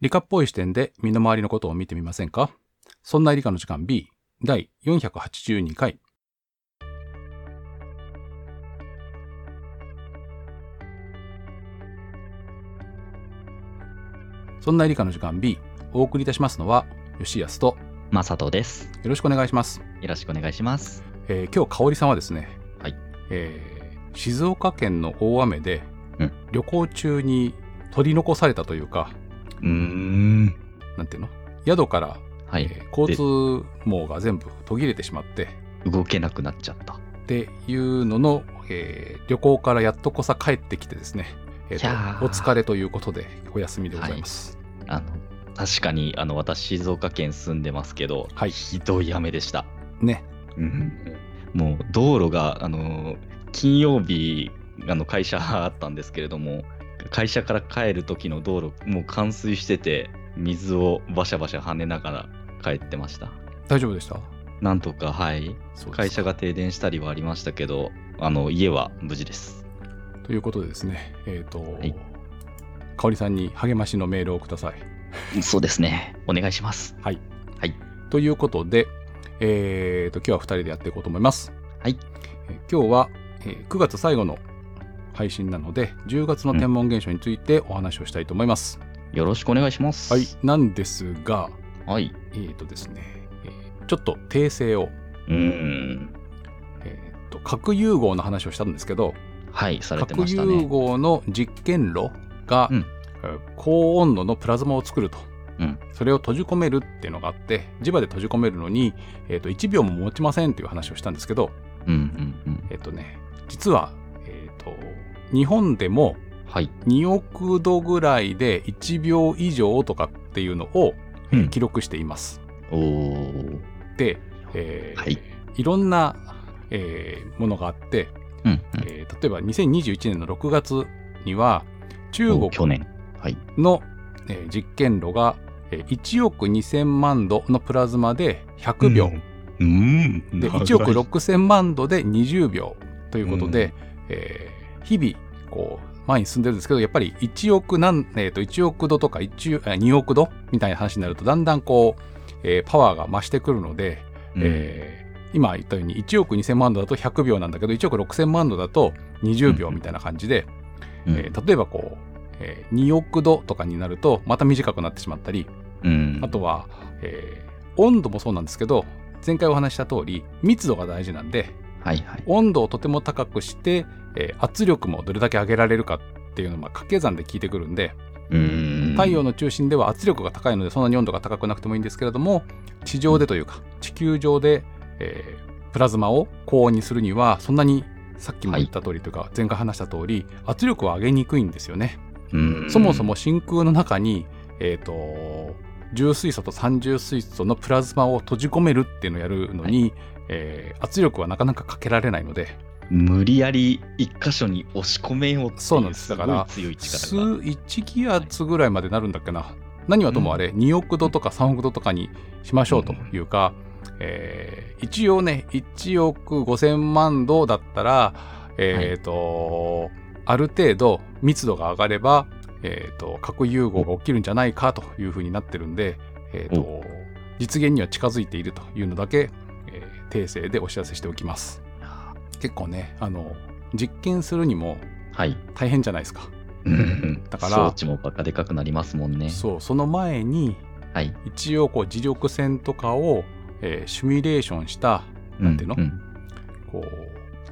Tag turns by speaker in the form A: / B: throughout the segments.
A: 理科っぽい視点で身の回りのことを見てみませんかそんな理科の時間 B 第482回そんな理科の時間 B お送りいたしますのは吉安と
B: マサトです。
A: よろしくお願いします、
B: よろしくお願いします。
A: えー今日香織さんはですね、
B: はい
A: えー静岡県の大雨で、
B: うん
A: 旅行中に取り残されたというか
B: うーん。
A: なんていうの宿から
B: はい。
A: えー交通網が全部途切れてしまって
B: 動けなくなっちゃった。
A: っていうのの、えー旅行からやっとこさ帰ってきてですね、えーと
B: いやー
A: お疲れということでお休みでございます。
B: あの、確かに、あの、私、静岡県住んでますけど、
A: はい
B: ひどい雨でした。
A: ね
B: うん。もう、道路が、あの、金曜日、あの、会社あったんですけれども、会社から帰る時の道路、もう冠水してて、水をバシャバシャ跳ねながら帰ってました。
A: 大丈夫でした
B: なんとか、はい。
A: そうです
B: 会社が停電したりはありましたけど、あの、家は無事です。
A: ということでですね、えっ、と、
B: い
A: 香織さんに励ましのメールをください。
B: そうですね。お願いします。
A: ということで、えー、と今日は2人でやっていこうと思います。
B: はい
A: えー。今日は、えー9月最後の配信なので、10月の天文現象についてお話をしたいと思います。
B: よろしくお願いします。
A: はい。なんですが、
B: はい。
A: えー、とですね、えーちょっと訂正を、
B: うーん。
A: えー、と核融合の話をしたんですけど、
B: はい、されて
A: 核
B: ました
A: 融
B: ね。
A: 合の実験炉が、
B: うん
A: えー高温度のプラズマを作ると、
B: うん
A: それを閉じ込めるっていうのがあって磁場で閉じ込めるのに、えー、と1秒も持ちませんっていう話をしたんですけど
B: うんうんうん。
A: えっ、とね実は、えー、と日本でも
B: はい。
A: 2億度ぐらいで1秒以上とかっていうのをえー
B: うん
A: 記録しています。
B: おー。
A: で、えー
B: はい
A: ろんな、えーものがあって、
B: うんうん、
A: えー例えば2021年の6月には中
B: お去
A: 国
B: 年。はい。
A: の、えー実験炉がえー1億2000万度のプラズマで100秒、
B: うん。うん。
A: で
B: 長い
A: 1億。6000万度で20秒ということで、えー日々こう前に進んでるんですけどやっぱり1億何、えーと1億度とか1 2億度みたいな話になるとだんだんこう、えーパワーが増してくるので、
B: うん
A: えー今言ったように1億2000万度だと100秒なんだけど1億6000万度だと20秒みたいな感じで、
B: うん
A: えー例えばこう、えー2億度とかになるとまた短くなってしまったり
B: うん。
A: あとは、えー温度もそうなんですけど前回お話しした通り密度が大事なんで
B: はいはい。
A: 温度をとても高くして、えー圧力もどれだけ上げられるかっていうのはまあ掛け算で効いてくるんで
B: うん。
A: 太陽の中心では圧力が高いのでそんなに温度が高くなくてもいいんですけれども地上でというか地球上で、えープラズマを高温にするにはそんなにさっきも言った通りというか、前回話した通り圧力を上げにくいんですよね。
B: うん
A: そもそも。真空の中に、えー、と重水素と三重水素のプラズマを閉じ込めるっていうのをやるのに、えー圧力はなかなかかけられないので
B: 無理やり一箇所に押し込めようっていう。
A: そうなんですだから
B: すごい強い
A: 数
B: 力が。
A: 1気圧ぐらいまでなるんだっけな何はともあれ、2億度とか3億度とかにしましょうというか、えー一応ね1億5000万度だったらえっ、と、ある程度密度が上がれば、えー、と核融合が起きるんじゃないかというふうになってるんで、えーと実現には近づいているというのだけ、えー訂正でお知らせしておきます結構ねあの実験するにも
B: はい。
A: 大変じゃないですか
B: うん
A: だから
B: 装置もバカでかくなりますもんね。
A: そうその前に
B: はい。
A: 一応こう磁力線とかを、えーシミュレーションしたなんていうの
B: うん
A: こう、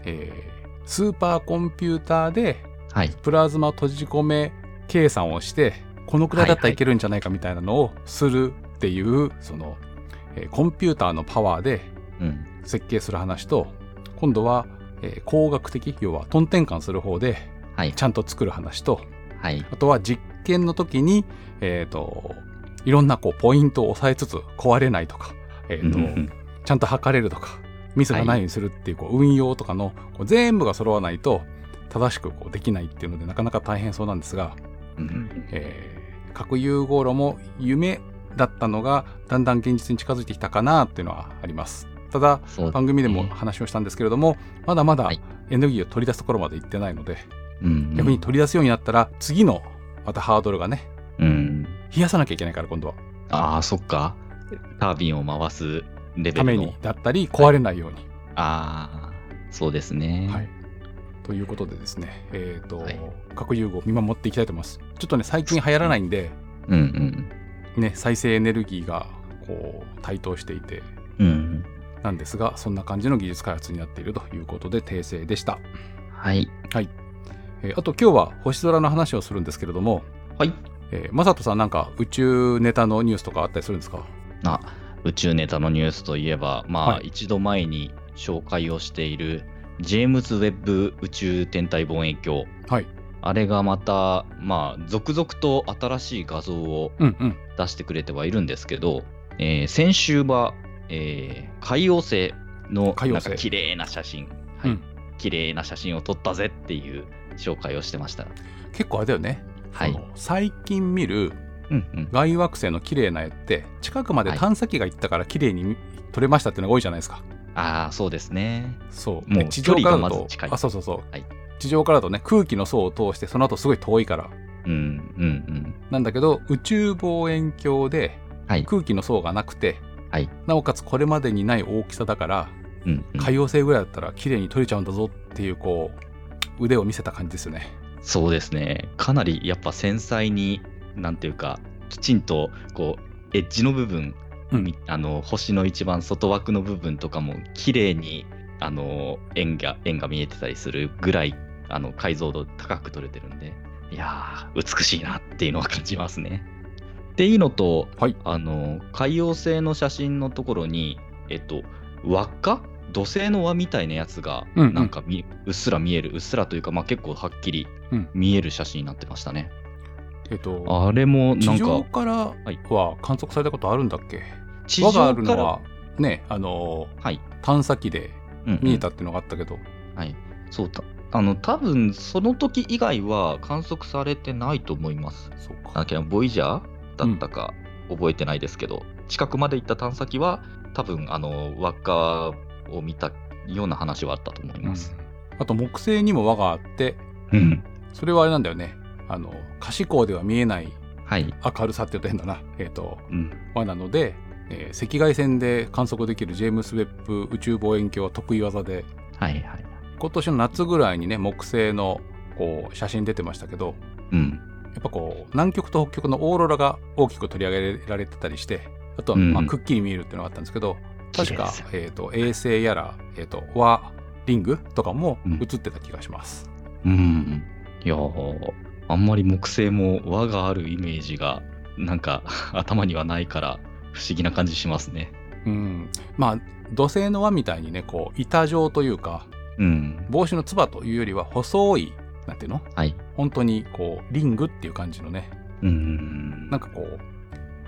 A: えースーパーコンピューターで
B: はい。
A: プラズマ閉じ込め計算をしてこのくらいだった
B: は
A: ら
B: いはい
A: いけるんじゃないかみたいなのをするっていう、その、えーコンピューターのパワーで
B: うん。
A: 設計する話と今度は、えー工学的要はトン転換する方で
B: はい
A: ち。ゃんと作る話と
B: はい。
A: あとは実験の時に、えっ、と、いろんなこうポイントを押さえつつ壊れないとか、えっ、と、
B: うん
A: ちゃんと測れるとか、ミスがないようにするっていうこう運用とかのこう全部が揃わないと正しくこうできないっていうのでなかなか大変そうなんですが、
B: うん
A: えー核融合炉も夢だったのがだんだん現実に近づいてきたかなっていうのはあります。ただ、
B: そう
A: 番組でも話をしたんですけれども、まだまだ
B: はい
A: エネルギーを取り出すところまで行ってないので、
B: うん
A: 逆に取り出すようになったら次のまたハードルがね
B: うん
A: 冷やさなきゃいけないから今度は
B: ああ、そっか。タービンを回すレベ
A: た
B: ル
A: め
B: の
A: に。だったり壊れないように、
B: ああ、そうですね。
A: はい。ということでですね、えっ、と、
B: はい
A: 核融合見守っていきたいと思います。ちょっとね、最近流行らないんで、
B: うん
A: ね、再生エネルギーがこう台頭していて、
B: うん。うん。
A: なんですが、そんな感じの技術開発になっているということで、訂正でした。
B: はい。
A: えーあと、今日は星空の話をするんですけれども、
B: はい。
A: えー、マサトさん、なんか宇宙ネタのニュースとかあったりするんですか
B: あ宇宙ネタのニュースといえば、まあ、
A: はい
B: 一度前に紹介をしている、ジェームズ・ウェッブ宇宙天体望遠鏡。
A: はい。
B: あれがまた、まあ、続々と新しい画像を
A: うんうん。
B: 出してくれてはいるんですけど、えー先週は、えー海王星の
A: 海王
B: なん
A: 星
B: か綺麗な写真、
A: う
B: はい
A: ん
B: 綺麗な写真を撮ったぜっていう紹介をしてました。
A: 結構あれだよね。
B: はい
A: その最近見る
B: うんうん、
A: 外惑星の綺麗な絵って、近くまで探査機が行ったから綺麗に撮れましたっていうのが多いじゃないですか。
B: ああ、そうですね。
A: そう。
B: もう
A: で地上からだ
B: 距離がま
A: と
B: ず近い
A: あ、そうそうそう。
B: はい
A: 地上からだとね、空気の層を通して、その後すごい遠いから。
B: うんうん
A: なんだけど、宇宙望遠鏡で
B: うん。はい。
A: 空気の層がなくて、
B: はい
A: なおかつこれまでにない大きさだから、
B: うんうん
A: 海洋星ぐらいだったら綺麗に撮れちゃうんだぞっていう、こう、腕を見せた感じですよね。
B: そうですね。かなりやっぱ繊細に、なんていうか、きちんとこうエッジの部分、
A: うん
B: みあの星の一番外枠の部分とかも綺麗にあの円が円が見えてたりするぐらいあの解像度高く撮れてるんで、いやー美しいなっていうのは感じますね。っていうのと、
A: はい
B: あの海洋星の写真のところに、えっと、輪っか土星の輪みたいなやつが
A: うんうん
B: なんかみ、うっすら見えるうっすらというか、まあ、結構はっきり
A: うん
B: 見える写真になってましたね。
A: えっと、
B: あれもな
A: 地
B: ん
A: 上
B: か
A: から
B: い
A: は観測されたことあるんだっけ
B: 地
A: 輪がある
B: か
A: の
B: ら
A: は、ね、あのー
B: はい
A: 探査機で
B: うんうん
A: 見えたっていうのがあったけど、
B: はい、そうたあの多分その時以外は観測されてないと思います。
A: そうか
B: あけどボイジャーだったか覚えてないですけど、近くまで行った探査機は多分あの輪っかを見たような話はあったと思います。
A: あと木星にも輪があって
B: うん、
A: それはあれなんだよねあの可視光では見えない
B: はい、
A: 明るさって言うと変だな、えー、と
B: うん、
A: 輪なので、えー赤外線で観測できるジェームス・ウェッブ宇宙望遠鏡は得意技で
B: はいはい。
A: 今年の夏ぐらいにね木星のこう写真出てましたけど
B: うん、
A: やっぱこう南極と北極のオーロラが大きく取り上げられてたりしてあとはまあ
B: うん
A: くっきり見えるっていうのがあったんですけど、
B: 綺
A: 確
B: 麗で
A: か
B: す、
A: えー、と衛星やら、えー、と和リングとかも
B: うん
A: 映ってた気がします。
B: うん、いやーあんまり木星も輪があるイメージがなんか 頭にはないから不思議な感じしますね。
A: うんまあ土星の輪みたいにねこう板状というか
B: うん、
A: 帽子のつばというよりは細いなんていうの
B: はい。
A: 本当にこうリングっていう感じのね
B: うん
A: なんかこう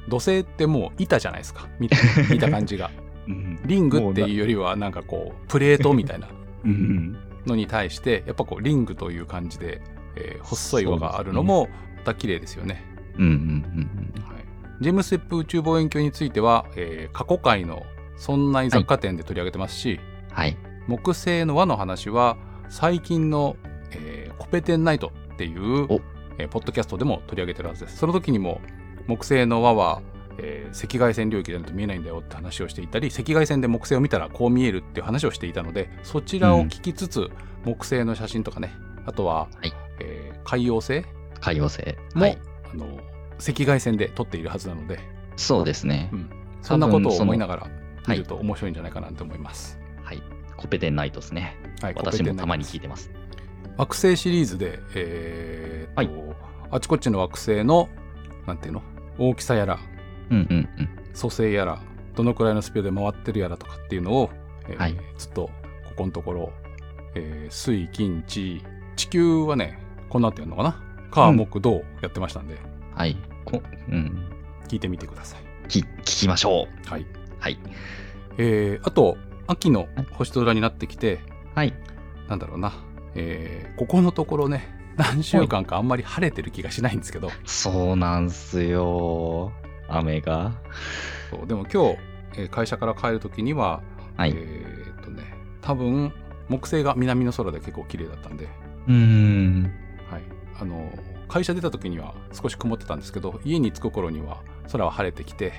A: 土星ってもう板じゃないですか見た見た感じ が
B: うん
A: リングっていうよりはなんかこうプレートみたいな
B: うん
A: のに対してやっぱこうリングという感じで、えー細い輪があるのもまた綺麗ですよね。
B: うんうん
A: はい、ジェームス・ウェップ宇宙望遠鏡については、えー過去回の「そんな雑貨店」で取り上げてますし、
B: うんはい
A: 木星の輪の話は最近の、えーコペテンナイト」っていう
B: お、
A: えーポッドキャストでも取り上げてるはずです。その時にも木星の輪は、えー赤外線領域でないと見えないんだよって話をしていたり赤外線で木星を見たらこう見えるっていう話をしていたのでそちらを聞きつつ、木星の写真とかねあとは、
B: はい
A: えー海洋星
B: 海洋星
A: も、
B: はい
A: あの赤外線で撮っているはずなので
B: そうですね、
A: うんそんなことを思いながら
B: は
A: 見
B: い
A: ると面白いんじゃないかなと思います。
B: はいコペテンナイトですね
A: はい、
B: 私もたまに聞い
A: い
B: てます
A: 惑星シリーズで、えーっとあちこちの惑星のなんていうの大きさやら
B: うんうんうん
A: 組成やらどのくらいのスピードで回ってるやらとかっていうのを、えー
B: はい
A: ずっとここのところ、えー水金地地球はねこんなってるのかな火木土やってましたんで、
B: はいこ、うん、
A: 聞いてみてください。
B: き聞きましょう
A: はい
B: はい
A: えーあと秋の星空になってきて、
B: はい
A: なんだろうな、えーここのところね、何週間かあんまり晴れてる気がしないんですけど、
B: そうなんすよ雨が
A: そうでも今日、えー会社から帰るときには、
B: はい、
A: えーっとね、多分木星が南の空で結構綺麗だったんで、
B: うーん
A: はい、あの会社出た時には少し曇ってたんですけど家に着く頃には空は晴れてきて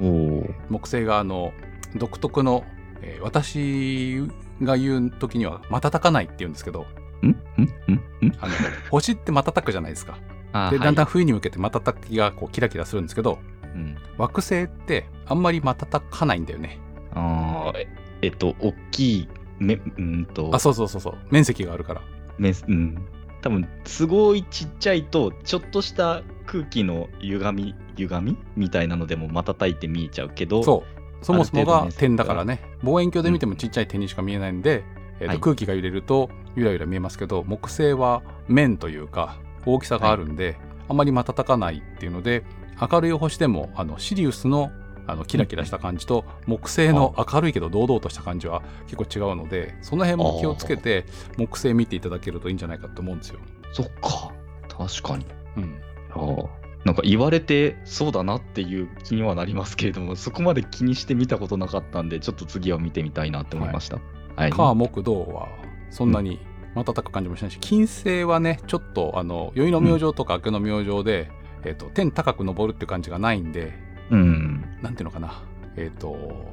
B: おおー。
A: 木星があの独特の、えー私が言う時には瞬かないって言うんですけど
B: んんんん
A: あ の星って瞬くじゃないですか
B: あー
A: でだんだん
B: は
A: 冬に向けて瞬きがこうキラキラするんですけど
B: いうん、
A: 惑星ってあんまり瞬かないんだよね
B: あーええっと、大きい、めうんと、
A: あそうそうそうそう面積があるから
B: めうん、多分すごいちっちゃいとちょっとした空気の歪み歪みみたいなのでも瞬いて見えちゃうけど
A: そうそもそも
B: ある程度の
A: が
B: 面積
A: 点だからね望遠鏡で見てもちっちゃい点にしか見えないんで、えーと
B: はい
A: 空気が揺れるとゆらゆら見えますけど木星は面というか大きさがあるんで、あんまり瞬かないっていうので明るい星でもあのシリウスのあのキラキラした感じと木星の明るいけど堂々とした感じは結構違うのでその辺も気をつけて木星見ていただけるといいんじゃないかと思うんですよ。
B: そっか確かに
A: うん、
B: あーなんか言われてそうだなっていう気にはなりますけれどもそこまで気にして見たことなかったんでちょっと次は見てみたいなって思いましたはい、
A: 火木土はそんなに瞬く感じもしないし金星はねちょっとあの宵の明星とか明けの明星で、えっと天高く昇るって感じがないんで
B: うん
A: なんていうのかなえっ、と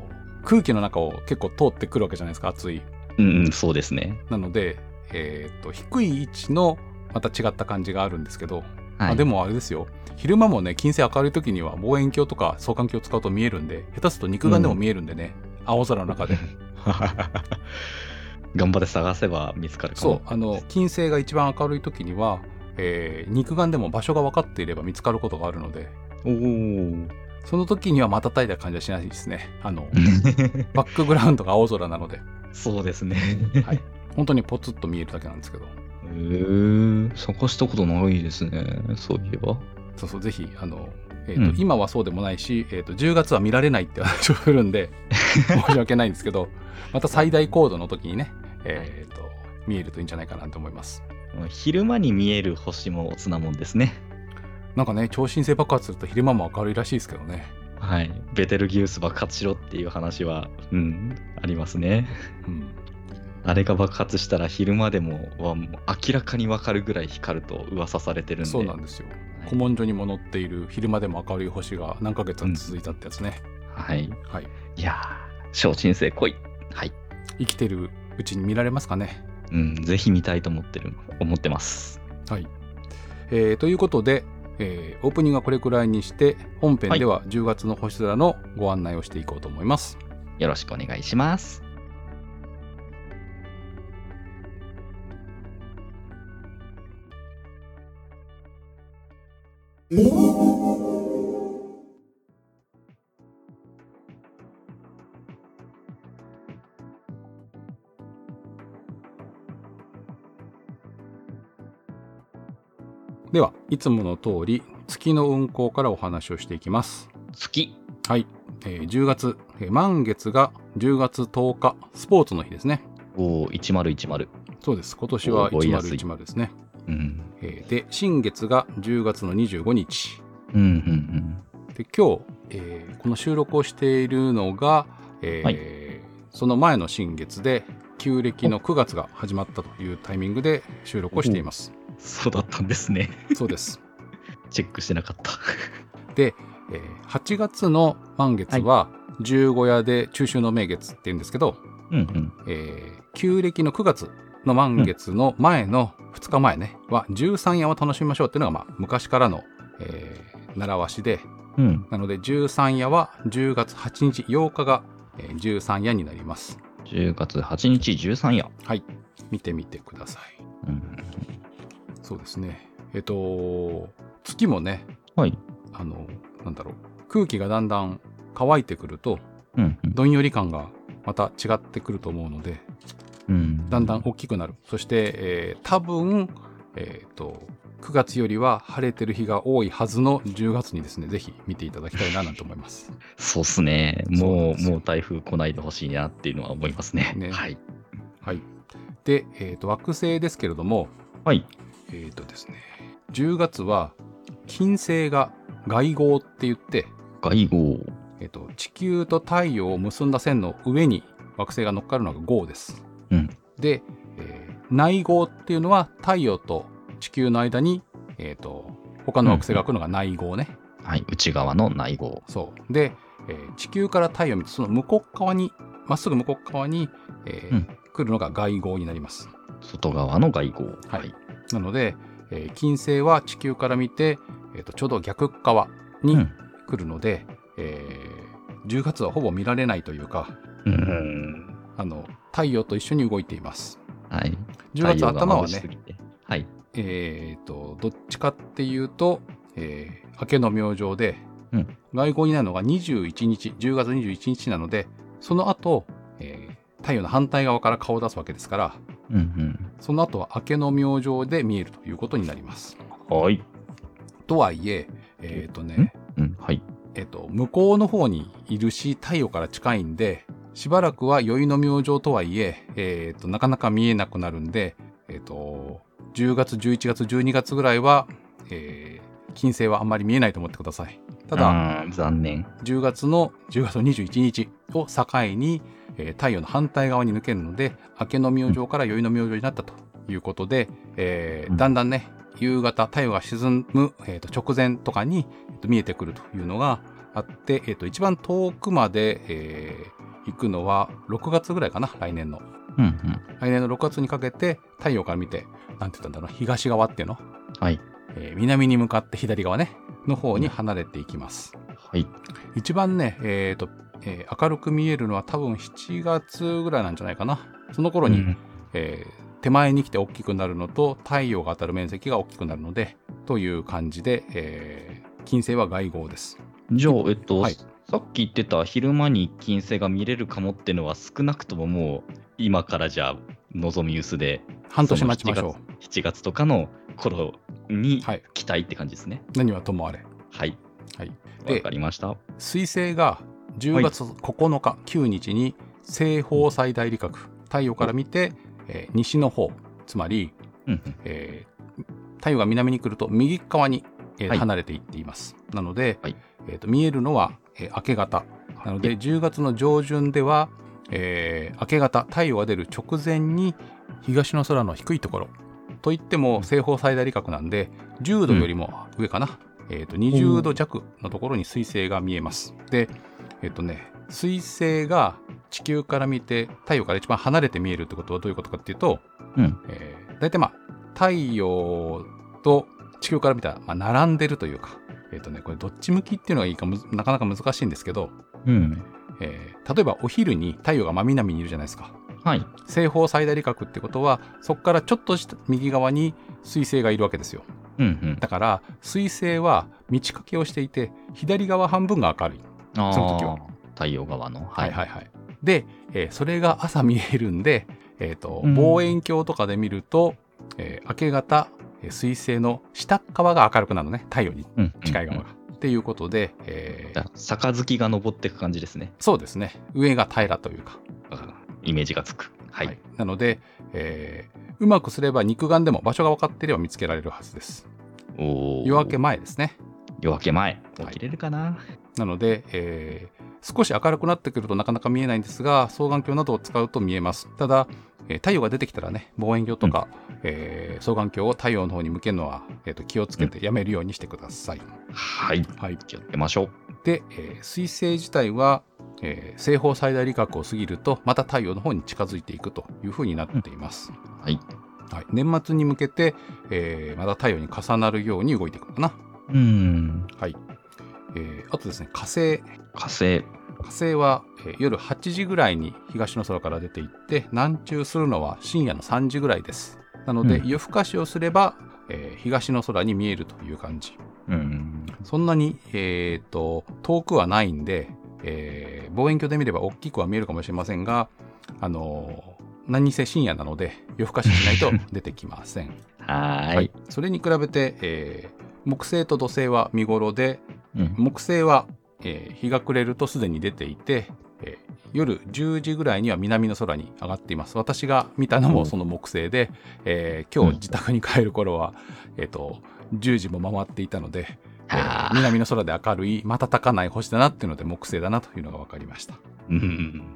A: 空気の中を結構通ってくるわけじゃないですか熱い
B: うんうんそうですね
A: なので、えっと低い位置のまた違った感じがあるんですけど、
B: はい
A: あでもあれですよ昼間もね金星明るい時には望遠鏡とか双眼鏡を使うと見えるんで下手すると肉眼でも見えるんでね、青空の中で
B: 頑張って探せば見つかるかも
A: そうあの金星が一番明るい時には、えー肉眼でも場所が分かっていれば見つかることがあるので
B: おー
A: その時には瞬いた感じはしないですねあのバックグラウンドが青空なので
B: そうですね
A: はい本当にポツッと見えるだけなんですけど
B: へえ、探したことないですね、そういえば。
A: そうそうぜひあの、えーと
B: うん
A: 今はそうでもないし、えー、と10月は見られないって話をするんで申し訳ないんですけどまた最大高度の時にね、えーと見えるといいんじゃないかなと思います
B: 昼間に見える星もおつなもんですね。
A: なんかね超新星爆発すると昼間も明るいらしいですけどね
B: はい。ベテルギウス爆発しろっていう話は、うん、ありますね。
A: うん
B: あれが爆発したら昼間でもはもう明らかにわかるぐらい光ると噂されてるんで。
A: そうなん
B: は
A: ですよ
B: い
A: 古文書にも載っている昼間でも明るい星が何ヶ月も続いたってやつね、
B: はい。
A: はい
B: いやー、超新星来い。はい。
A: 生きてるうちに見られますかね
B: うん、ぜひ見たいと思ってる、思ってます。
A: はい、えーということで、えーオープニングはこれくらいにして本編では10月の星空のご案内をしていこうと思います、
B: よろしくお願いします。
A: ではいつもの通り月の運行からお話をしていきます
B: 月。
A: はい、えー10月、えー満月が10月10日スポーツの日ですね
B: おお、1010。
A: そうです今年は
B: 覚えやすい
A: 1010ですね、
B: うん。
A: えーで新月が10月の25日
B: うん、うん、うん。
A: で今日、えーこの収録をしているのが、えー
B: は
A: その前の新月で旧暦の9月が始まったというタイミングで収録をしています。
B: そうだったんですね。
A: そうです。
B: チェックしてなかった。
A: えー8月の満月は十五夜で中秋の名月って言うんですけど、
B: うんうん。
A: えー旧暦の9月の満月の前の2日前ね、は十三夜を楽しみましょうっていうのが、まあ、昔からの、えー習わしで
B: うん。
A: なので十三夜は10月8日8日が、えー、13夜になります。
B: 10月8日13夜。
A: はい、見てみてください。
B: うん。
A: そうですね。えっと、月もね、
B: はい。
A: あの、なんだろう、空気がだんだん乾いてくると、
B: うんうん。
A: どんより感がまた違ってくると思うので、
B: うん
A: だんだん大きくなる。そして、えー多分、えっと、9月よりは晴れてる日が多いはずの10月にですね、ぜひ見ていただきたいななんて思います。
B: そうっすね。
A: そうなん
B: も
A: で
B: う、
A: すよ
B: もう台風来ないでほしいなっていうのは思いますね。
A: ね
B: はい。
A: はい。で、えっと、惑星ですけれども、
B: はい。
A: えっとですね、10月は金星が外号って言って、
B: 外号。
A: えっと、地球と太陽を結んだ線の上に惑星が乗っかるのが号です。
B: うん
A: で、えー内号っていうのは太陽と地球の間にえっ、と、他の惑星が来るのが内号ね。
B: はい、内側の内号。
A: そう。で、えー地球から太陽を見て、その向こう側に、まっすぐ向こう側に、えー
B: うん
A: 来るのが外号になります。
B: 外側の外号。
A: はいなので、えー金星は地球から見て、えーとちょうど逆側
B: う
A: に
B: ん。
A: 来るので、えー10月はほぼ見られないというか、
B: うん。
A: あの太陽と一緒に動いています。
B: はい。
A: 10月
B: 太陽
A: 頭
B: が
A: は
B: 眩しす
A: ね、
B: ぎて。はい。
A: えーとどっちかっていうと、えー明けの明星で、
B: うん
A: 外号になるのが21日、10月21日なので、その後、えー太陽の反対側から顔を出すわけですから、
B: うん
A: その後は明けの明星で見えるということになります。
B: うん。はい。
A: とはいえ、えっ、とね、
B: うん。はい。
A: えっと、向こうの方にいるし、太陽から近いんで、しばらくは宵の明星とはいえ、えっと、なかなか見えなくなるんで、えっと、10月、11月、12月ぐらいは、えー金星はあんまり見えないと思ってください。ただ、
B: うん残念。
A: 10月の、10月の21日を境に、えー太陽の反対側に抜けるので、明けの明星から宵の明星になったということで、えー
B: うん
A: だんだんね、夕方、太陽が沈む、えーと直前とかに、えーと見えてくるというのがあって、えーと一番遠くまで、えー行くのは6月ぐらいかな、来年の。
B: うんうん。
A: 来年の6月にかけて、太陽から見て、なんて言ったんだろう、東側っていうの、
B: はい。
A: えー南に向かって左側ね、の方に離れていきます。
B: はい。
A: 一番ね、えーとえー明るく見えるのは多分7月ぐらいなんじゃないかなその頃に、
B: うん
A: えー手前に来て大きくなるのと太陽が当たる面積が大きくなるのでという感じで、えー金星は外号です
B: じゃあ、えっと、
A: はい
B: さっき言ってた昼間に金星が見れるかもってのは少なくとももう今からじゃあ望み薄で
A: 半年待ちましょ
B: その7月7月とかの頃に
A: はい
B: 期待って感じですね。
A: う何はともあれ
B: はい。
A: はい
B: わ、
A: で
B: かりました。
A: 彗星が10月9日、9日に西方最大理覚太陽から見て、えー西の方つまり、
B: うんうん
A: えー太陽が南に来ると右側に、えー
B: はい
A: 離れていっています。なので、
B: はい
A: えーと見えるのは、えー明け方。なので10月の上旬では、えー明け方太陽が出る直前に東の空の低いところといっても西方最大理覚なんで10度よりも上かな、えーと20度弱のところに彗星が見えます。でえっ、とね彗星が地球から見て太陽から一番離れて見えるってことはどういうことかっていうと、
B: うん
A: えー大体まあ太陽と地球から見たら、まあ、並んでるというか、えっとね、これどっち向きっていうのがいいかむずなかなか難しいんですけど、
B: うん。
A: えー例えばお昼に太陽が真南にいるじゃないですか
B: はい。
A: 西方最大理覚ってことはそこからちょっとした右側に彗星がいるわけですよ
B: うんうん。
A: だから彗星は道掛けをしていて左側半分が明るい
B: あー
A: その時は
B: 太陽側の。は
A: はい
B: い。
A: はいはい。で、えーそれが朝見えるんで、えーと
B: うん
A: 望遠鏡とかで見ると、えー明け方、えー彗星の下っ側が明るくなるのね、太陽に
B: うんうんうん
A: 近い側が。っていうことで、えー
B: だ杯が登っていく感じですね。
A: そうですね、上が平らというか。
B: イメージがつく。はい。
A: はいなので、えーうまくすれば肉眼でも場所が分かっていれば見つけられるはずです。
B: おー
A: 夜明け前ですね。
B: 夜明け前。
A: は
B: 起
A: い
B: きれるかな、
A: なので、えー少し明るくなってくるとなかなか見えないんですが双眼鏡などを使うと見えますただ、えー太陽が出てきたらね望遠鏡とか、えー双眼鏡を太陽の方に向けるのは、えーと気をつけてやめるようにしてください、
B: はい。
A: はい、
B: 気をつけましょう。
A: で、えー彗星自体は、えー西方最大理覚を過ぎるとまた太陽の方に近づいていくというふうになっています、
B: はい。
A: はい、年末に向けて、えーまた太陽に重なるように動いていくのかな、
B: うん。
A: えーあとですね火星
B: 火星。
A: 火星は、えー夜8時ぐらいに東の空から出ていって南中するのは深夜の3時ぐらいですなので、
B: うん
A: 夜更かしをすれば、えー東の空に見えるという感じ
B: うん。
A: そんなに、えーと遠くはないんで、えー望遠鏡で見れば大きくは見えるかもしれませんがあのー何せ深夜なので夜更かししないと出てきません
B: はーい。
A: はいそれに比べて、えー木星と土星は見頃で
B: うん
A: 木星は、えー日が暮れるとすでに出ていて、えー夜10時ぐらいには南の空に上がっています私が見たの
B: う
A: も
B: ん
A: その木星で、えー今日
B: うん
A: 自宅に帰る頃は、えー、と10時も回っていたので、えー
B: あー
A: 南の空で明るい瞬かない星だなっていうので木星だなというのが分かりました、
B: うん。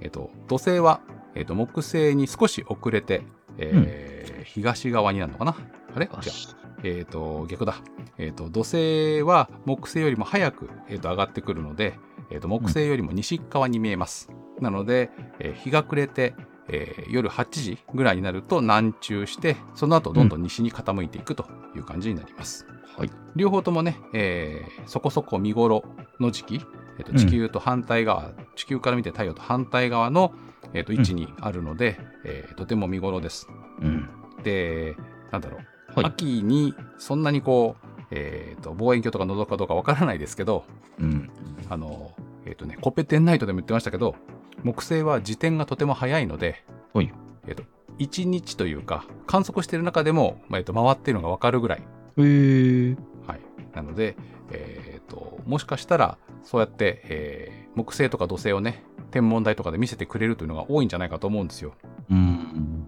A: えー、と土星は、えー、と木星に少し遅れて、えー東側になるのかなあれ違う
B: よし
A: えー、と逆だ、えー、と土星は木星よりも早く、えー、と上がってくるので、えー、と木星よりも西側に見えます。なので、えー日が暮れて、えー夜8時ぐらいになると南中してその後どんどん西に傾いていくという感じになります。
B: はい。
A: 両方ともね、えーそこそこ見頃の時期、えーと
B: うん
A: 地球と反対側、地球から見て太陽と反対側の、えーと位置にあるので、えーとても見頃です。
B: うん。
A: で、なんだろう、
B: はい。
A: 秋にそんなにこう、えーと望遠鏡とか覗くかどうかわからないですけど、
B: うん。
A: あの、えっ、とね、コペテンナイトでも言ってましたけど、木星は自転がとても早いので、
B: はい
A: えっ、と、1日というか、観測している中でも、まあえっと回っているのが分かるぐらい、
B: えー。
A: はい、なので、えっ、と、もしかしたら、そうやって、えー木星とか土星をね、天文台とかで見せてくれるというのが多いんじゃないかと思うんですよ。
B: うん。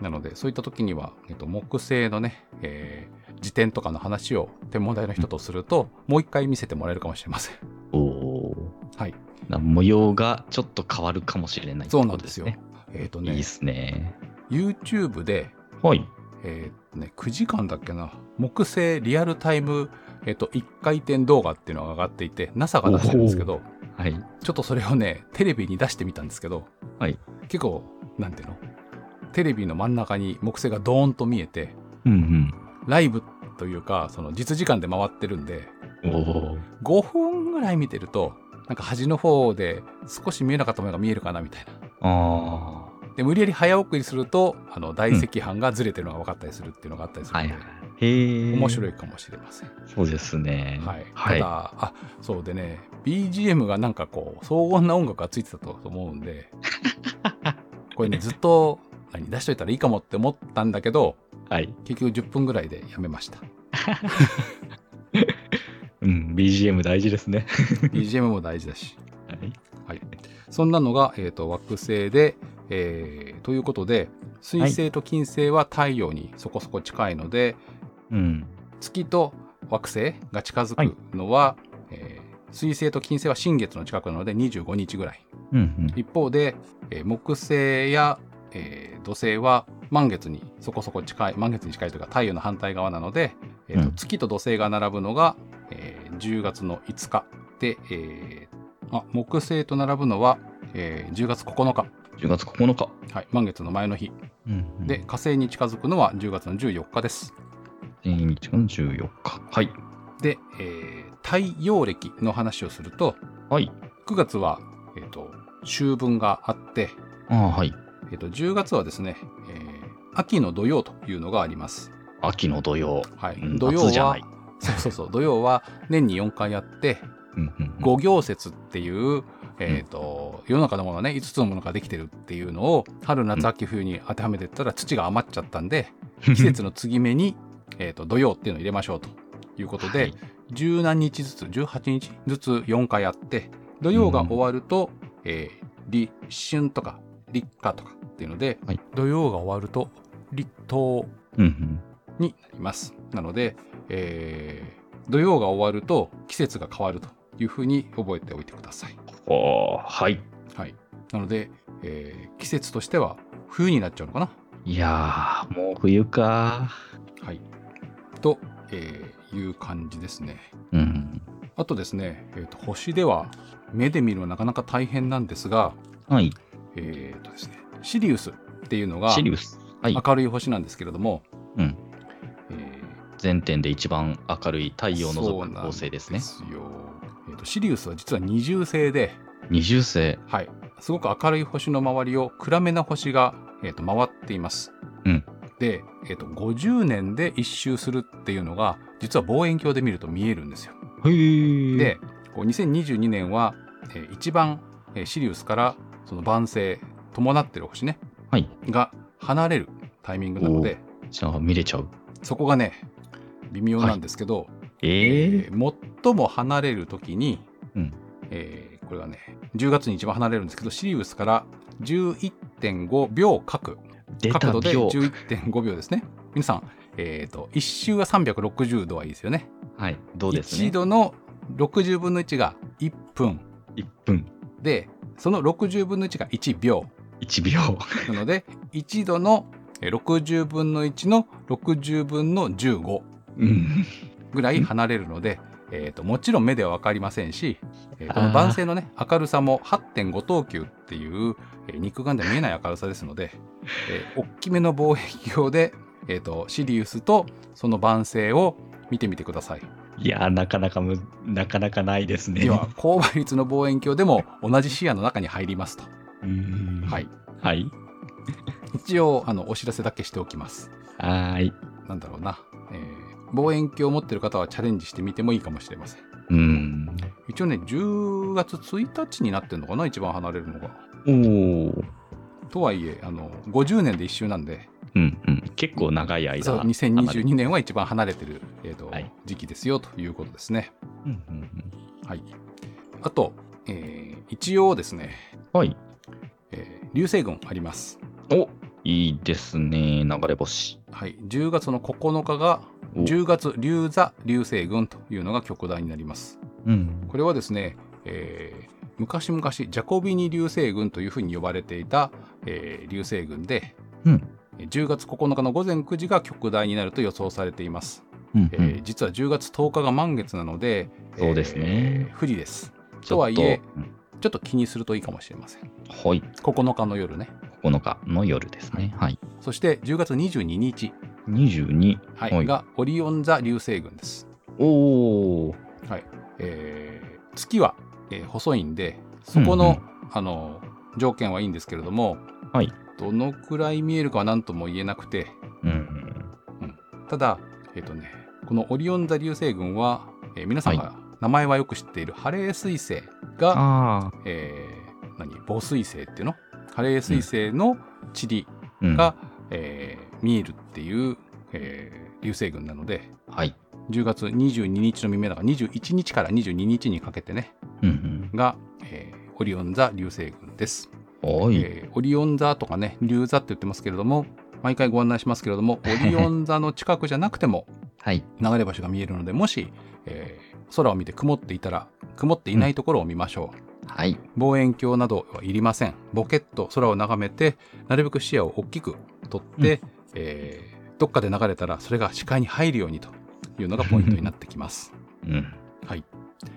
A: なので、そういった時には、えっと、木星のね、えー、自転とかの話を天文台の人とすると、もう一回見せてもらえるかもしれません。
B: おおー。
A: はい。
B: な模様がちょっと変わるかもしれない
A: そうなんですよ
B: ってこ。
A: えっ、と
B: とね。いい
A: ね
B: で、すね。
A: YouTube で、
B: はい。
A: えーっとね、9時間だっけな木星リアルタイム、えっと1回転動画っていうのが上がっていて NASA が出してるんですけど
B: はい。
A: ちょっとそれをねテレビに出してみたんですけど、
B: はい
A: 結構なんていうのテレビの真ん中に木星がドーンと見えて
B: うん
A: ライブというかその実時間で回ってるんで
B: うん。おお。
A: 5分ぐらい見てるとなんか端の方で少し見えなかったものが見えるかなみたいな。
B: あ
A: で無理やり早送りするとあの大赤飯がずれてるのが分かったりするっていうのがあったりす
B: あ。は
A: る
B: い
A: んで、
B: はい。へえ。
A: 面白
B: い。
A: いかもしれません。
B: そうですね。
A: はい、
B: はい
A: ただあそうでね BGM がなんかこう荘厳な音楽がついてたと思うん でこれねずっと何出しといたらいいかもって思ったんだけど
B: はい。
A: 結局10分ぐらいでやめま した
B: うん。BGM 大事ですね。
A: BGM も大事だし
B: はい。
A: そんなのが、えー、と惑星で、えーということで水星と金星は太陽にそこそこ近いので、
B: うん。
A: 月と惑星が近づくのは、えー水星と金星は新月の近くなので25日ぐらい
B: うんうん。
A: 一方で、えー木星や、えー土星は満月にそこそこ近い満月に近いというか太陽の反対側なので、えーと
B: うん
A: 月と土星が並ぶのが、えー10月の5日で、えーあ木星と並ぶのは、えー10月9日、
B: 10月9日。
A: はい、満月の前の日
B: うん、うん。
A: で火星に近づくのは10月の14日です。
B: 12日の14日。はい。
A: で、えー太陽暦の話をすると
B: はい。
A: 9月は、えーと秋分があって
B: ああ、はい。
A: えっと、10月はですね、えー秋の土曜というのがあります。
B: 秋の土曜。
A: はい、
B: うん
A: 土曜
B: 夏じゃ
A: は
B: ない。
A: そうそうそう土曜は年に4回やって
B: うんうんうん。
A: 五行節っていう、えー、と世の中のものね5つのものができてるっていうのを春夏秋冬に当てはめてったら土が余っちゃったんで季節の継ぎ目に、えー、と土曜っていうのを入れましょうということで、
B: はい
A: 十何日ずつ18日ずつ4回やって土曜が終わると、えー立春とか立夏とかっていうので、
B: はい
A: 土曜が終わると立冬
B: うんうん。
A: になりますなので、えー土曜が終わると季節が変わるというふうに覚えておいてください、
B: おーはい。
A: はい、なので、えー季節としては冬になっちゃうのかない
B: やー、もう冬か。
A: はいと、えーいう感じですね
B: うん。
A: あとですね、えーと星では目で見るのはなかなか大変なんですが、
B: はい。
A: えーとですね、シリウスっていうのが
B: シリウス。はい。
A: 明るい星なんですけれども、
B: うん
A: え
B: 全点で一番明るい太
A: ー
B: 陽の
A: そう
B: 属
A: なん
B: 恒星ですね。
A: よえーとシリウスは実は二重星で、
B: 二重星。
A: はい、すごく明るい星の周りを暗めな星が、えーと回っています。
B: うん
A: で、えーと50年で一周するっていうのが実は望遠鏡で見ると見えるんですよ。
B: へー
A: で、こう2022年は、えー一番、えーシリウスからその晩星伴ってる星ね
B: はい。
A: が離れるタイミングなので
B: じゃあ見れちゃう。
A: そこがね微妙なんですけど、
B: ええ
A: えー最も離れる時に、
B: うん
A: えーこれはね10月に一番離れるんですけどシリウスから11.5秒角
B: 出た
A: 角度で
B: 秒。
A: 11.5秒ですね皆さん、えー、と1周は360度はいいですよね
B: はい。どうです
A: 一
B: ね。
A: 度の60分の1が1分
B: 一分。
A: でその60分の1が1秒
B: 一秒。
A: なので1度のえー60分の1の60分の15
B: うん。
A: ぐらい離れるので、えー、ともちろん目では分かりませんし、えーこの晩成のね明るさも8.5等級っていう、えー肉眼では見えない明るさですので、えー、大きめの望遠鏡で、えー、とシリウスとその晩成を見てみてください。
B: いやー、なかなかむ、なかなかないですね。
A: 要は高倍率の望遠鏡でも同じ視野の中に入りますと。
B: うん。
A: は。い、
B: はい。
A: 一応あのお知らせだけしておきます。
B: はーい。
A: なんだろうな、えー望遠鏡を持ってる方はチャレンジしてみてもいいかもしれません。
B: うん。
A: 一応ね10月1日になってるのかな一番離れるのが。
B: おー。
A: とはいえあの50年で一周なんで
B: うんうん。結構長い間。
A: そう2022年は一番離れてる、えーと
B: はい
A: 時期ですよということですね。
B: うんうんうん。
A: はい、あと、えー一応ですね、
B: はい。
A: えー流星群あります。
B: おいいですね。流れ星。
A: はい、10月の9日が
B: お
A: 10月流座流星群というのが極大になります。
B: うん。
A: これはですね、えー昔々ジャコビニ流星群というふうに呼ばれていた、えー流星群で、
B: うん。
A: えー10月9日の午前9時が極大になると予想されています。
B: うん
A: え
B: う
A: ー
B: ん。
A: 実は10月10日が満月なので、
B: そうですね
A: えー不利です。
B: ちょっ
A: とはいえ
B: うん
A: ちょっと気にするといいかもしれません。
B: はい。
A: 9日の夜ね。
B: 9日の夜ですね。はい。
A: そして10月22日、
B: 22。
A: はい
B: はい
A: がオリオン座流星群です。
B: おー。
A: えー月は、えー細いんでそこの,、あの条件はいいんですけれども、
B: はい
A: どのくらい見えるかは何とも言えなくて
B: うん。
A: ただ、えーとね、このオリオン座流星群は、えー皆さん
B: は
A: が名前はよく知っているハレー彗星が、
B: ああ。
A: えー何母彗星っていうのハレー彗星の塵
B: うん。
A: が、えー見えるっていう、えー流星群なので
B: はい。
A: 10月22日の未明だから21日から22日にかけてね
B: うん
A: が、えーオリオン座流星群です、
B: うん。はい。
A: えーオリオン座とかね流座って言ってますけれども毎回ご案内しますけれどもオリオン座の近くじゃなくても
B: はい。
A: 流れ星が見えるのでもし、えー空を見て曇っていたら曇っていないところを見ましょう、
B: はい。
A: 望遠鏡などはいりませんボケッと空を眺めてなるべく視野を大きくとって、えーどっかで流れたらそれが視界に入るようにというのがポイントになってきます
B: うん。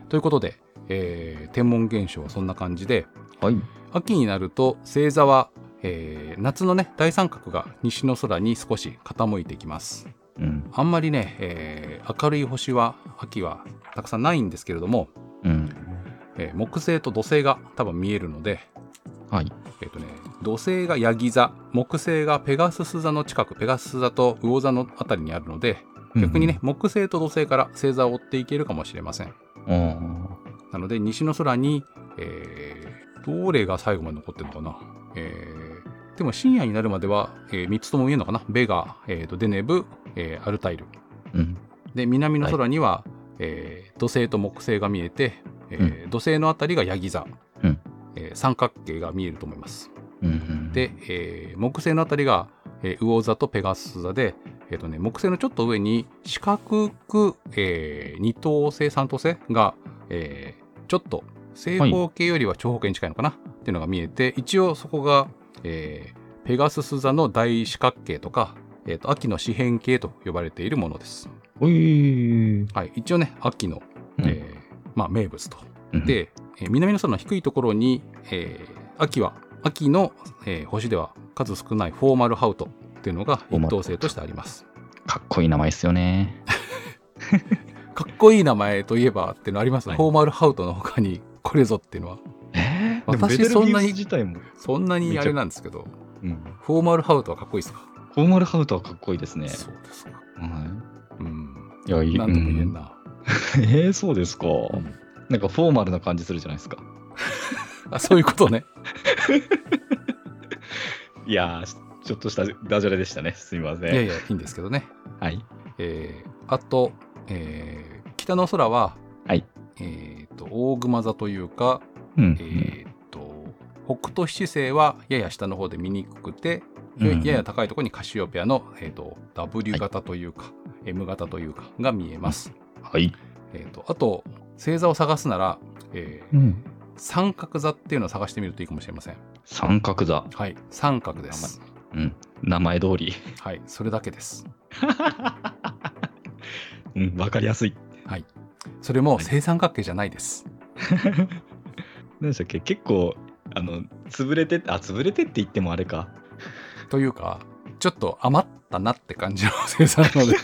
A: ということで、えー天文現象はそんな感じで
B: はい。
A: 秋になると星座は、えー夏のね大三角が西の空に少し傾いてきます
B: うん。
A: あんまりね、えー明るい星は秋はたくさんないんですけれども、
B: うん。
A: えー木星と土星が多分見えるので
B: はい。
A: えっ、とね土星がヤギ座木星がペガスス座の近くペガスス座と魚座のあたりにあるので逆にね、木星と土星から星座を追っていけるかもしれません
B: うん。あ
A: なので西の空に、えーどれが最後まで残ってるのかな、えーでも深夜になるまでは、え3つとも見えるのかなベガ、えーとデネブ、えーアルタイル
B: ーうん。
A: で南の空には、えー土星と木星が見えて、えー土星のあたりがヤギ座、
B: うん
A: えー三角形が見えると思います
B: うん。
A: で、えー木星のあたりが、えー魚座とペガスス座で、えーとね、木星のちょっと上に四角く、えー二等星三等星が、えーちょっと正方形よりは長方形に近いのかな、っていうのが見えて一応そこが、えーペガスス座の大四角形とか、えーと秋の四辺形と呼ばれているものです。
B: おい。
A: はい、一応ね秋の、
B: うん
A: えーまあ、名物と
B: うん、
A: で、えー南の空の低いところに、えー秋は秋の、えー星では数少ないフォーマルハウトっていうのが
B: ォー
A: 一
B: マル
A: 等星としてあります。
B: かっこいい名前ですよね。
A: かっこいい名前といえばっていうのあります、
B: はい
A: フォーマルハウトの他にこれぞっていうのは
B: え
A: でもベテルギウス自
B: 自体も。
A: そんなにあれなんですけど
B: うん。
A: フォーマルハウトはかっこいいですか、
B: フォーマルハウトはかっこいいですね。
A: そうですか。
B: は
A: うん。
B: い。いや、いい。
A: なんとも言え
B: うんん。
A: な。
B: えー、そうですか。
A: ん
B: なんかフォーマルな感じするじゃないですか。
A: あそういうことね。
B: いやー、ちょっとしたダジャレで したね。すみません。
A: いやいや、いいんですけどね。
B: はい。
A: えーあと、えー北の空は、
B: はい
A: えーと大熊座というか、
B: うん
A: えーと北斗七星はやや下の方で見にくくて、
B: うんうん
A: やや高いところにカシオペアの、えーと W 型というか、M 型というかが見えます。
B: はい。
A: えーとあと星座を探すなら、えー
B: うん。
A: 三角座っていうのを探してみるといいかもしれません。
B: 三角座。
A: はい、三角です。
B: うん。名前通り。
A: はい、それだけです。
B: うん、わかりやすい。
A: それも正三角形じゃないです。
B: 何でしたっけ結構、あの、潰れて、あ、潰れてって言ってもあれか。
A: というか、ちょっと余ったなって感じの正三なの で、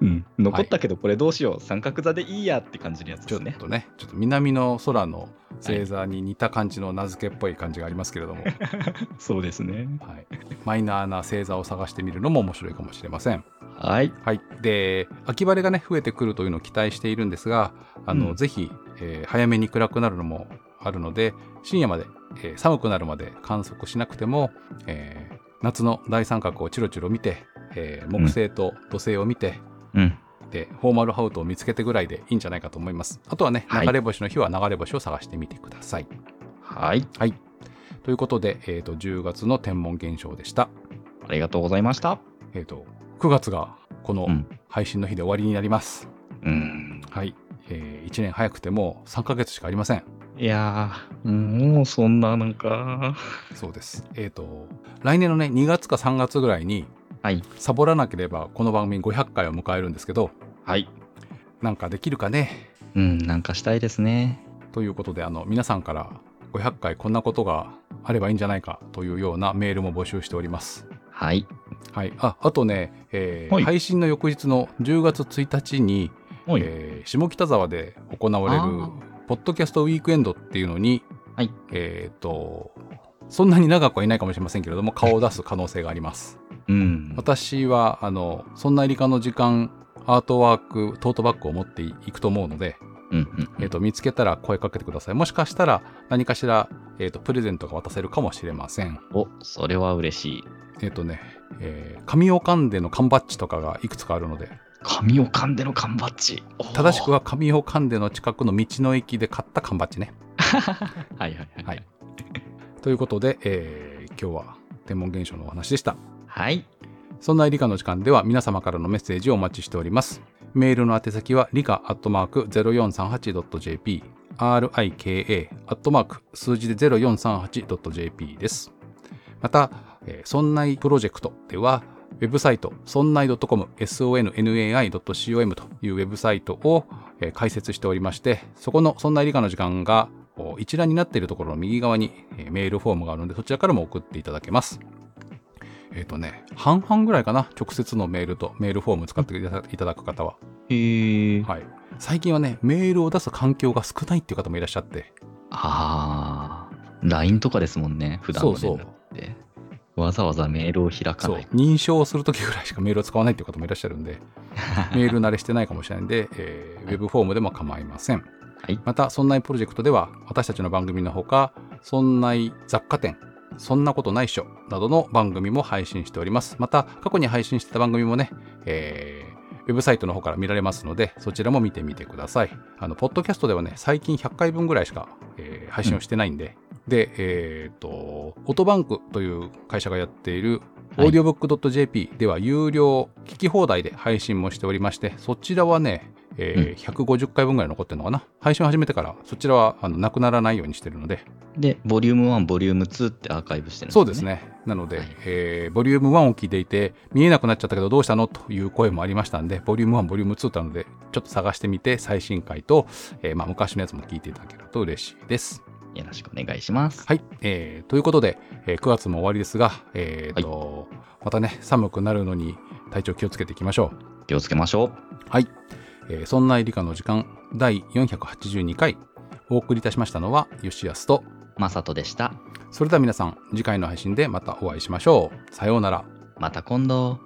B: うん。残ったけど、これどうしよう。三角座でいいやって感じのやつ
A: ち
B: で
A: ょっ
B: すね。
A: とね、ちょっと南の空の星座に似た感じの名付けっぽい感じがありますけれども、
B: そうですね。
A: はい、マイナーな星座を探してみるのも面白いかもしれません。
B: はい。
A: はい、で秋晴れがね増えてくるというのを期待しているんですがあの、
B: うん
A: ぜひ、えー早めに暗くなるのもあるので深夜まで、えー寒くなるまで観測しなくても、えー夏の大三角をチロチロ見て、えー木星と土星を見て、
B: うん。
A: でフォーマルハウトを見つけてぐらいでいいんじゃないかと思います。あとはね
B: はい
A: 流れ星の日は流れ星を探してみてください。
B: はい。
A: ということで、えー、と10月の天文現象でした。
B: ありがとうございました。
A: えー、と9月がこの
B: うん
A: 配信の日で終わりになります。
B: うん。
A: はい、え1年早くてもう3ヶ月しかありません。
B: いやー、もうそんななんか。
A: そうです。えっ、と来年のね2月か3月ぐらいに
B: はい。
A: サボらなければこの番組500回を迎えるんですけど、
B: はい。
A: なんかできるかね
B: うん、なんかしたいですね。
A: ということであの皆さんから500回こんなことがあればいいんじゃないかというようなメールも募集しております。
B: はい。
A: はい。ああとね、えー
B: はい
A: 配信の翌日の10月1日に、
B: おい。
A: えー下北沢で行われ
B: あ
A: る
B: ー
A: ポッドキャストウィークエンドっていうのに、
B: はい
A: えっ、とそんなに長くはいないかもしれませんけれども顔を出す可能性があります。
B: うん。
A: 私はあのそんな理科の時間アートワークトートバッグを持っていくと思うので、
B: うんうん
A: えー、と見つけたら声かけてください。もしかしたら何かしら、えー、とプレゼントが渡せるかもしれません。
B: お、それは嬉しい。
A: えっ、とね、えー紙を噛んでの缶バッジとかがいくつかあるので
B: 紙を噛んでの缶バッジ。おー
A: 正しく。は紙を噛んでの近くの道の駅で買った缶バッジね。
B: はいはいはい。
A: はいということで、えー今日は天文現象のお話でした。
B: はい。
A: そんな理科の時間では皆様からのメッセージをお待ちしております。メールの宛先は理科アットマーク 0438.jp rika アットマーク数字で 0438.jp です。また、えーそんないプロジェクトでは、ウェブサイト、そんない .com、sonnai.com というウェブサイトを、えー開設しておりまして、そこのそんない理科の時間がお一覧になっているところの右側に、えーメールフォームがあるので、そちらからも送っていただけます。えっ、とね、半々ぐらいかな、直接のメールとメールフォーム使っていただいただく方は。
B: へえ。
A: はい。最近はね、メールを出す環境が少ないっていう方もいらっしゃって。
B: ああ。LINE とかですもんね、普段
A: そ
B: の
A: うそう
B: 連絡って。わざわざメールを開か
A: そう
B: ない。
A: 認証をするときぐらいしかメールを使わないっていう方もいらっしゃるん で、メール慣れしてないかもしれないんで、えーウェブフォームでも構いません。
B: はい。
A: また、そんないプロジェクトでは、私たちの番組のほか、そんない雑貨店、そんなことないっしょ、などの番組も配信しております。また、過去に配信してた番組もね、えーウェブサイトの方から見られますので、そちらも見てみてください。あの、ポッドキャストではね、最近100回分ぐらいしか、えー配信をしてないんで、で、えっ、と、オトバンクという会社がやっている、オ
B: はい
A: ーディオブックドット JP では有料聞き放題で配信もしておりまして、そちらはね、えー150回分ぐらい残ってるのかな。配信を始めてから、そちらはあのなくならないようにしてるので、
B: で、ボリューム1、ボリューム2ってアーカイブしてるん
A: そうです。ね。なので、
B: はい
A: えーボリューム1を聞いていて、見えなくなっちゃったけどどうしたのという声もありましたんで、ボリューム1、ボリューム2なので、ちょっと探してみて、最新回と、えーまあ、昔のやつも聞いていただけると嬉しいです。
B: よろしくお願いします。
A: はい、えーということで、えー9月も終わりですが、えーとまたね、寒くなるのに体調気をつけていきましょう。
B: 気をつけましょう。
A: はい、えーそんな理科の時間第482回お送りいたしましたのは吉安と、
B: まさとでした。
A: それでは皆さん、次回の配信でまたお会いしましょう。さようなら。
B: また今度。